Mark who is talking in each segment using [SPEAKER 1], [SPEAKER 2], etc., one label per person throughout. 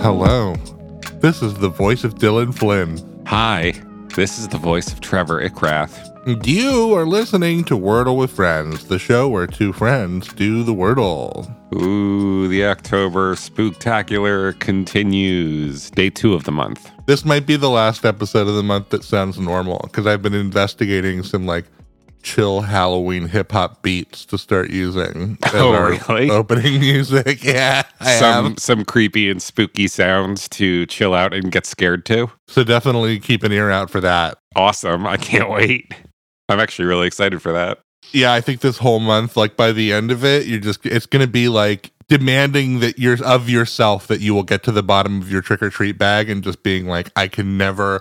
[SPEAKER 1] Hello. This is the voice of Dylan Flynn.
[SPEAKER 2] Hi, this is the voice of Trevor Ickrath.
[SPEAKER 1] You are listening to Wordle with Friends, the show where two friends do the Wordle.
[SPEAKER 2] Ooh, the October spooktacular continues. Day two of the month.
[SPEAKER 1] This might be the last episode of the month that sounds normal because I've been investigating some like chill Halloween hip hop beats to start using as
[SPEAKER 2] Oh,
[SPEAKER 1] our
[SPEAKER 2] really?
[SPEAKER 1] opening music. Yeah, I
[SPEAKER 2] some
[SPEAKER 1] am.
[SPEAKER 2] some creepy and spooky sounds to chill out and get scared to.
[SPEAKER 1] So definitely keep an ear out for that.
[SPEAKER 2] Awesome. I can't wait. I'm actually really excited for that.
[SPEAKER 1] yeah i think this whole month like by the end of it you're just it's gonna be like demanding that you're of yourself that you will get to the bottom of your trick-or-treat bag and just being like i can never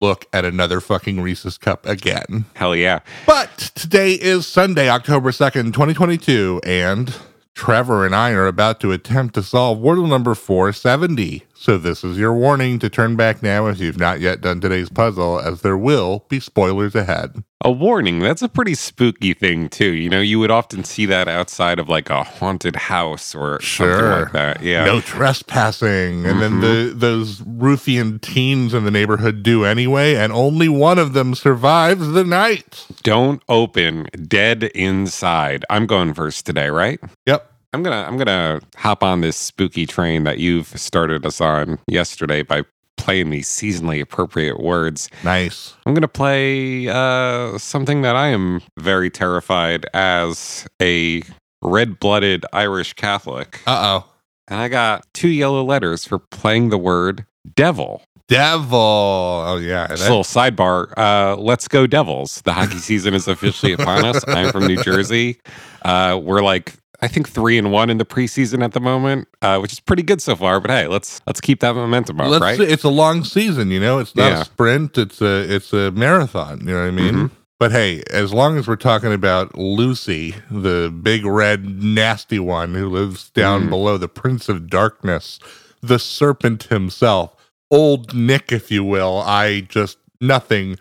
[SPEAKER 1] look at another fucking reese's cup again
[SPEAKER 2] Hell yeah.
[SPEAKER 1] but today is sunday october 2nd 2022 and trevor and i are about to attempt to solve wordle number 470 so this is your warning to turn back now if you've not yet done today's puzzle as there will be spoilers ahead
[SPEAKER 2] A warning, that's a pretty spooky thing too. You know, you would often see that outside of like a haunted house or something
[SPEAKER 1] Sure.
[SPEAKER 2] like that. Yeah.
[SPEAKER 1] no trespassing and then the those ruthian teens in the neighborhood do anyway and only one of them survives the night
[SPEAKER 2] Don't open dead inside. I'm going first today, right?
[SPEAKER 1] yep
[SPEAKER 2] I'm gonna I'm gonna hop on this spooky train that you've started us on yesterday by playing these seasonally appropriate words.
[SPEAKER 1] nice
[SPEAKER 2] I'm gonna play uh, something that I am very terrified as a red-blooded Irish Catholic,
[SPEAKER 1] uh-oh
[SPEAKER 2] and I got two yellow letters for playing the word devil.
[SPEAKER 1] devil oh yeah
[SPEAKER 2] Just
[SPEAKER 1] that-
[SPEAKER 2] a little sidebar. Uh, let's go Devils. The hockey season is officially upon us. I'm from New Jersey. Uh, we're like I think three and one in the preseason at the moment, uh, which is pretty good so far. But hey, let's let's keep that momentum up,
[SPEAKER 1] let's
[SPEAKER 2] right?
[SPEAKER 1] see, it's a long season you know it's not
[SPEAKER 2] Yeah.
[SPEAKER 1] a sprint it's a it's a marathon you know what i mean
[SPEAKER 2] Mhm.
[SPEAKER 1] But hey, as long as we're talking about Lucy, the big red nasty one who lives down
[SPEAKER 2] Mm.
[SPEAKER 1] below the Prince of Darkness, the serpent himself, old Nick, if you will, I just nothing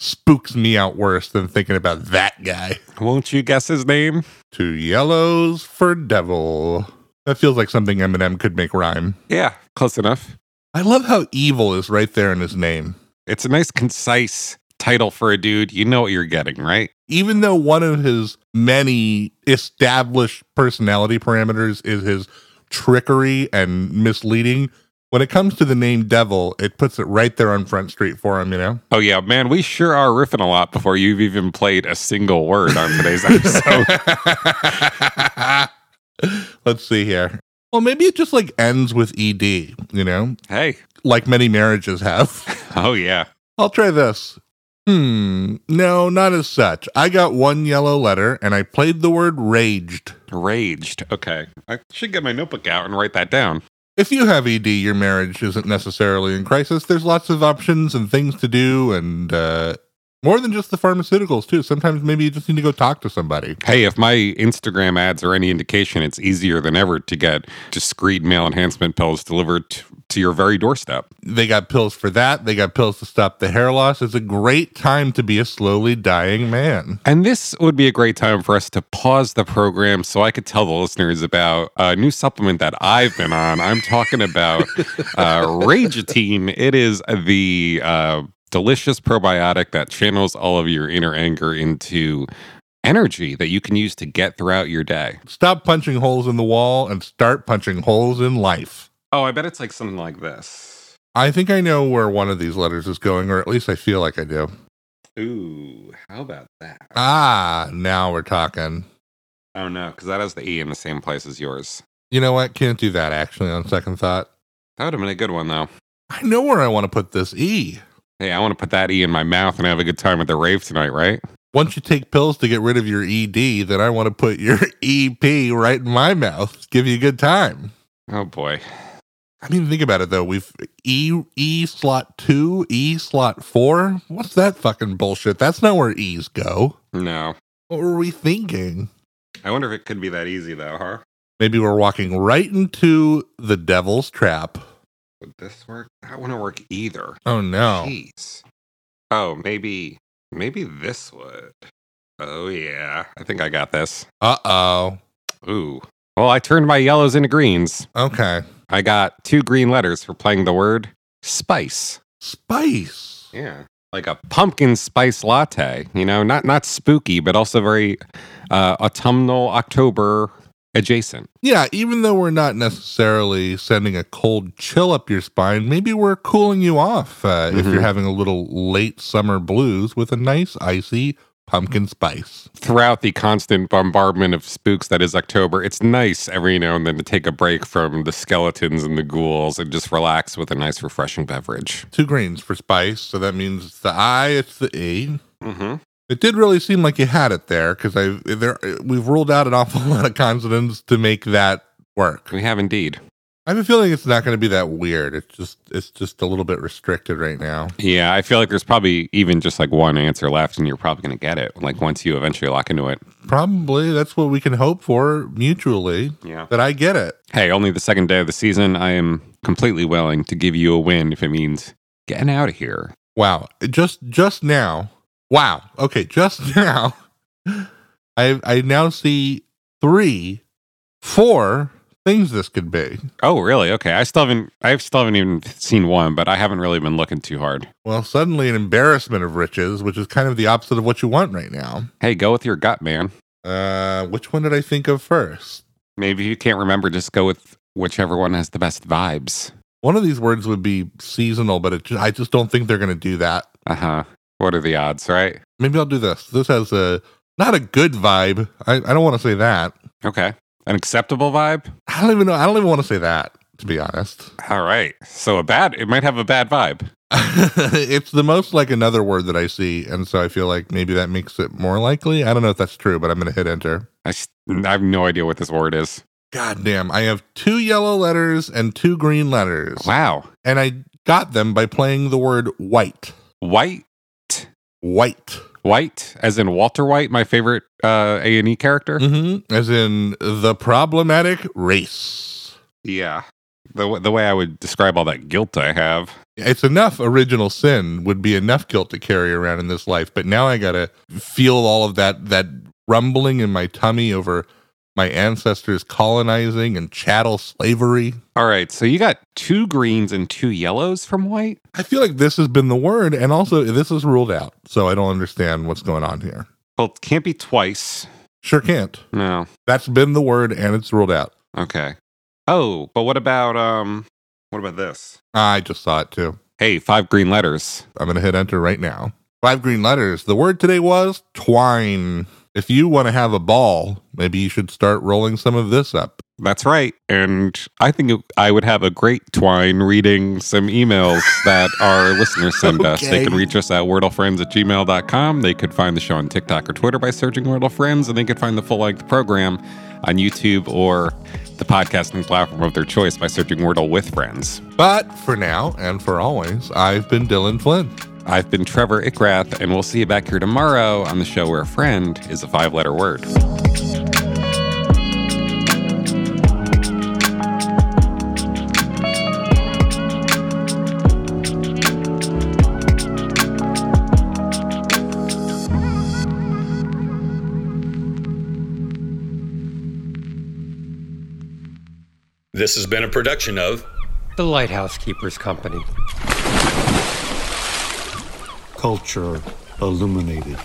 [SPEAKER 1] spooks me out worse than thinking about that guy.
[SPEAKER 2] Won't you guess his name?
[SPEAKER 1] Two yellows for devil. That feels like something Eminem could make rhyme.
[SPEAKER 2] Yeah, close enough.
[SPEAKER 1] I love how evil is right there in his name.
[SPEAKER 2] It's a nice concise title for a dude. You know what you're getting, right?
[SPEAKER 1] even though one of his many established personality parameters is his trickery and misleading, when it comes to the name devil, it puts it right there on Front Street for him, you know?
[SPEAKER 2] Oh yeah, man, we sure are riffing a lot before you've even played a single word on today's episode.
[SPEAKER 1] Let's see here. Well, maybe it just like ends with ED, you know,
[SPEAKER 2] hey,
[SPEAKER 1] like many marriages have.
[SPEAKER 2] oh yeah.
[SPEAKER 1] I'll try this. Hmm. No, not as such. I got one yellow letter and I played the word raged.
[SPEAKER 2] Raged. Okay. I should get my notebook out and write that down.
[SPEAKER 1] If you have ED, your marriage isn't necessarily in crisis. There's lots of options and things to do, and uh, more than just the pharmaceuticals, too. Sometimes maybe you just need to go talk to somebody.
[SPEAKER 2] Hey, if my Instagram ads are any indication, it's easier than ever to get discreet male enhancement pills delivered t- to your very doorstep.
[SPEAKER 1] They got pills for that, they got pills to stop the hair loss. It's a great time to be a slowly dying man.
[SPEAKER 2] And this would be a great time for us to pause the program so I could tell the listeners about a new supplement that I've been on. I'm talking about uh, Rageatine. It is the uh, delicious probiotic that channels all of your inner anger into energy that you can use to get throughout your day.
[SPEAKER 1] Stop punching holes in the wall and start punching holes in life.
[SPEAKER 2] Oh, I bet it's like something like this.
[SPEAKER 1] I think I know where one of these letters is going, or at least I feel like I do.
[SPEAKER 2] Ooh, how about that?
[SPEAKER 1] Ah, now we're talking.
[SPEAKER 2] oh no, because that has the E in the same place as yours.
[SPEAKER 1] You know what? Can't do that, actually, on second thought.
[SPEAKER 2] That would have been a good one though.
[SPEAKER 1] I know where I want to put this E.
[SPEAKER 2] Hey, I want to put that E in my mouth and have a good time at the rave tonight, right?
[SPEAKER 1] Once you take pills to get rid of your ED, then I want to put your EP right in my mouth, give you a good time.
[SPEAKER 2] Oh boy.
[SPEAKER 1] I mean, think about it though. We've E E slot two, E slot four. What's that fucking bullshit? That's not where E's go.
[SPEAKER 2] No.
[SPEAKER 1] What were we thinking?
[SPEAKER 2] I wonder if it could be that easy though, huh?
[SPEAKER 1] Maybe we're walking right into the devil's trap.
[SPEAKER 2] Would this work? That wouldn't work either.
[SPEAKER 1] Oh no.
[SPEAKER 2] Jeez. Oh, maybe maybe this would. Oh yeah. I think I got this.
[SPEAKER 1] Uh oh.
[SPEAKER 2] Ooh. Well, I turned my yellows into greens.
[SPEAKER 1] Okay.
[SPEAKER 2] I got two green letters for playing the word spice.
[SPEAKER 1] Spice.
[SPEAKER 2] Yeah. Like a pumpkin spice latte, you know, not not spooky, but also very uh, autumnal October adjacent.
[SPEAKER 1] Yeah, even though we're not necessarily sending a cold chill up your spine, maybe we're cooling you off uh, if
[SPEAKER 2] Mhm.
[SPEAKER 1] you're having a little late summer blues with a nice icy pumpkin spice.
[SPEAKER 2] Throughout the constant bombardment of spooks that is October, it's nice every now and then to take a break from the skeletons and the ghouls and just relax with a nice refreshing beverage.
[SPEAKER 1] Two greens for spice, so that means it's the I, it's the E.
[SPEAKER 2] Mm-hmm.
[SPEAKER 1] It did really seem like you had it there because I there we've ruled out an awful lot of consonants to make that work.
[SPEAKER 2] We have indeed.
[SPEAKER 1] I have a feeling it's not going to be that weird. It's just it's just a little bit restricted right now.
[SPEAKER 2] Yeah, I feel like there's probably even just like one answer left, and you're probably going to get it. Like once you eventually lock into it.
[SPEAKER 1] Probably that's what we can hope for mutually
[SPEAKER 2] Yeah.
[SPEAKER 1] that I get it.
[SPEAKER 2] Hey, only the second day of the season. I am completely willing to give you a win if it means getting out of here.
[SPEAKER 1] Wow. Just just now. Wow. Okay, just now. I I now see 3 4 things this could be.
[SPEAKER 2] Oh, really? Okay. I still haven't. I still haven't even seen one, but I haven't really been looking too hard.
[SPEAKER 1] Well, suddenly an embarrassment of riches, which is kind of the opposite of what you want right now.
[SPEAKER 2] Hey, go with your gut, man.
[SPEAKER 1] Uh, which one did I think of first?
[SPEAKER 2] Maybe if you can't remember, just go with whichever one has the best vibes.
[SPEAKER 1] One of these words would be seasonal, but it, ju- I just don't think they're going to do that.
[SPEAKER 2] Uh huh. What are the odds, right?
[SPEAKER 1] Maybe I'll do this. This has a not a good vibe. I, I don't want to say that.
[SPEAKER 2] Okay. An acceptable vibe.
[SPEAKER 1] I don't even know. I don't even want to say that, to be honest.
[SPEAKER 2] All right. So a bad. It might have a bad vibe.
[SPEAKER 1] it's the most like another word that I see. And so I feel like maybe that makes it more likely. I don't know if that's true, but I'm going to hit enter.
[SPEAKER 2] I, s- I have no idea what this word is.
[SPEAKER 1] God damn. I have two yellow letters and two green letters.
[SPEAKER 2] Wow.
[SPEAKER 1] And I got them by playing the word white.
[SPEAKER 2] White,
[SPEAKER 1] White.
[SPEAKER 2] white, as in Walter White, my favorite uh, A and E character.
[SPEAKER 1] hmm As in the problematic race.
[SPEAKER 2] Yeah. The w- the way I would describe all that guilt I have.
[SPEAKER 1] It's enough original sin would be enough guilt to carry around in this life, but now I gotta feel all of that that rumbling in my tummy over my ancestors colonizing and chattel slavery.
[SPEAKER 2] All right. So you got two greens and two yellows from white.
[SPEAKER 1] I feel like this has been the word, and also this is ruled out, so I don't understand what's going on here.
[SPEAKER 2] Well, it can't be twice.
[SPEAKER 1] Sure can't.
[SPEAKER 2] No.
[SPEAKER 1] That's been the word, and it's ruled out.
[SPEAKER 2] Okay. Oh, but what about um? What about this?
[SPEAKER 1] I just saw it too.
[SPEAKER 2] Hey, five green letters.
[SPEAKER 1] I'm going to hit enter right now. Five green letters. The word today was twine. If you want to have a ball, maybe you should start rolling some of this up.
[SPEAKER 2] That's right. And I think it- I would have a great twine reading some emails that our listeners send us. They
[SPEAKER 1] Okay.
[SPEAKER 2] can reach us at wordlefriends at gmail.com. They could find the show on TikTok or Twitter by searching Wordle Friends, and they could find the full length program on YouTube or the podcasting platform of their choice by searching Wordle with Friends.
[SPEAKER 1] But for now and for always, I've been Dylan Flynn.
[SPEAKER 2] I've been Trevor Ickrath, and we'll see you back here tomorrow on the show where a friend is a five letter word.
[SPEAKER 3] This has been a production of
[SPEAKER 4] The Lighthouse Keepers Company.
[SPEAKER 5] culture illuminated.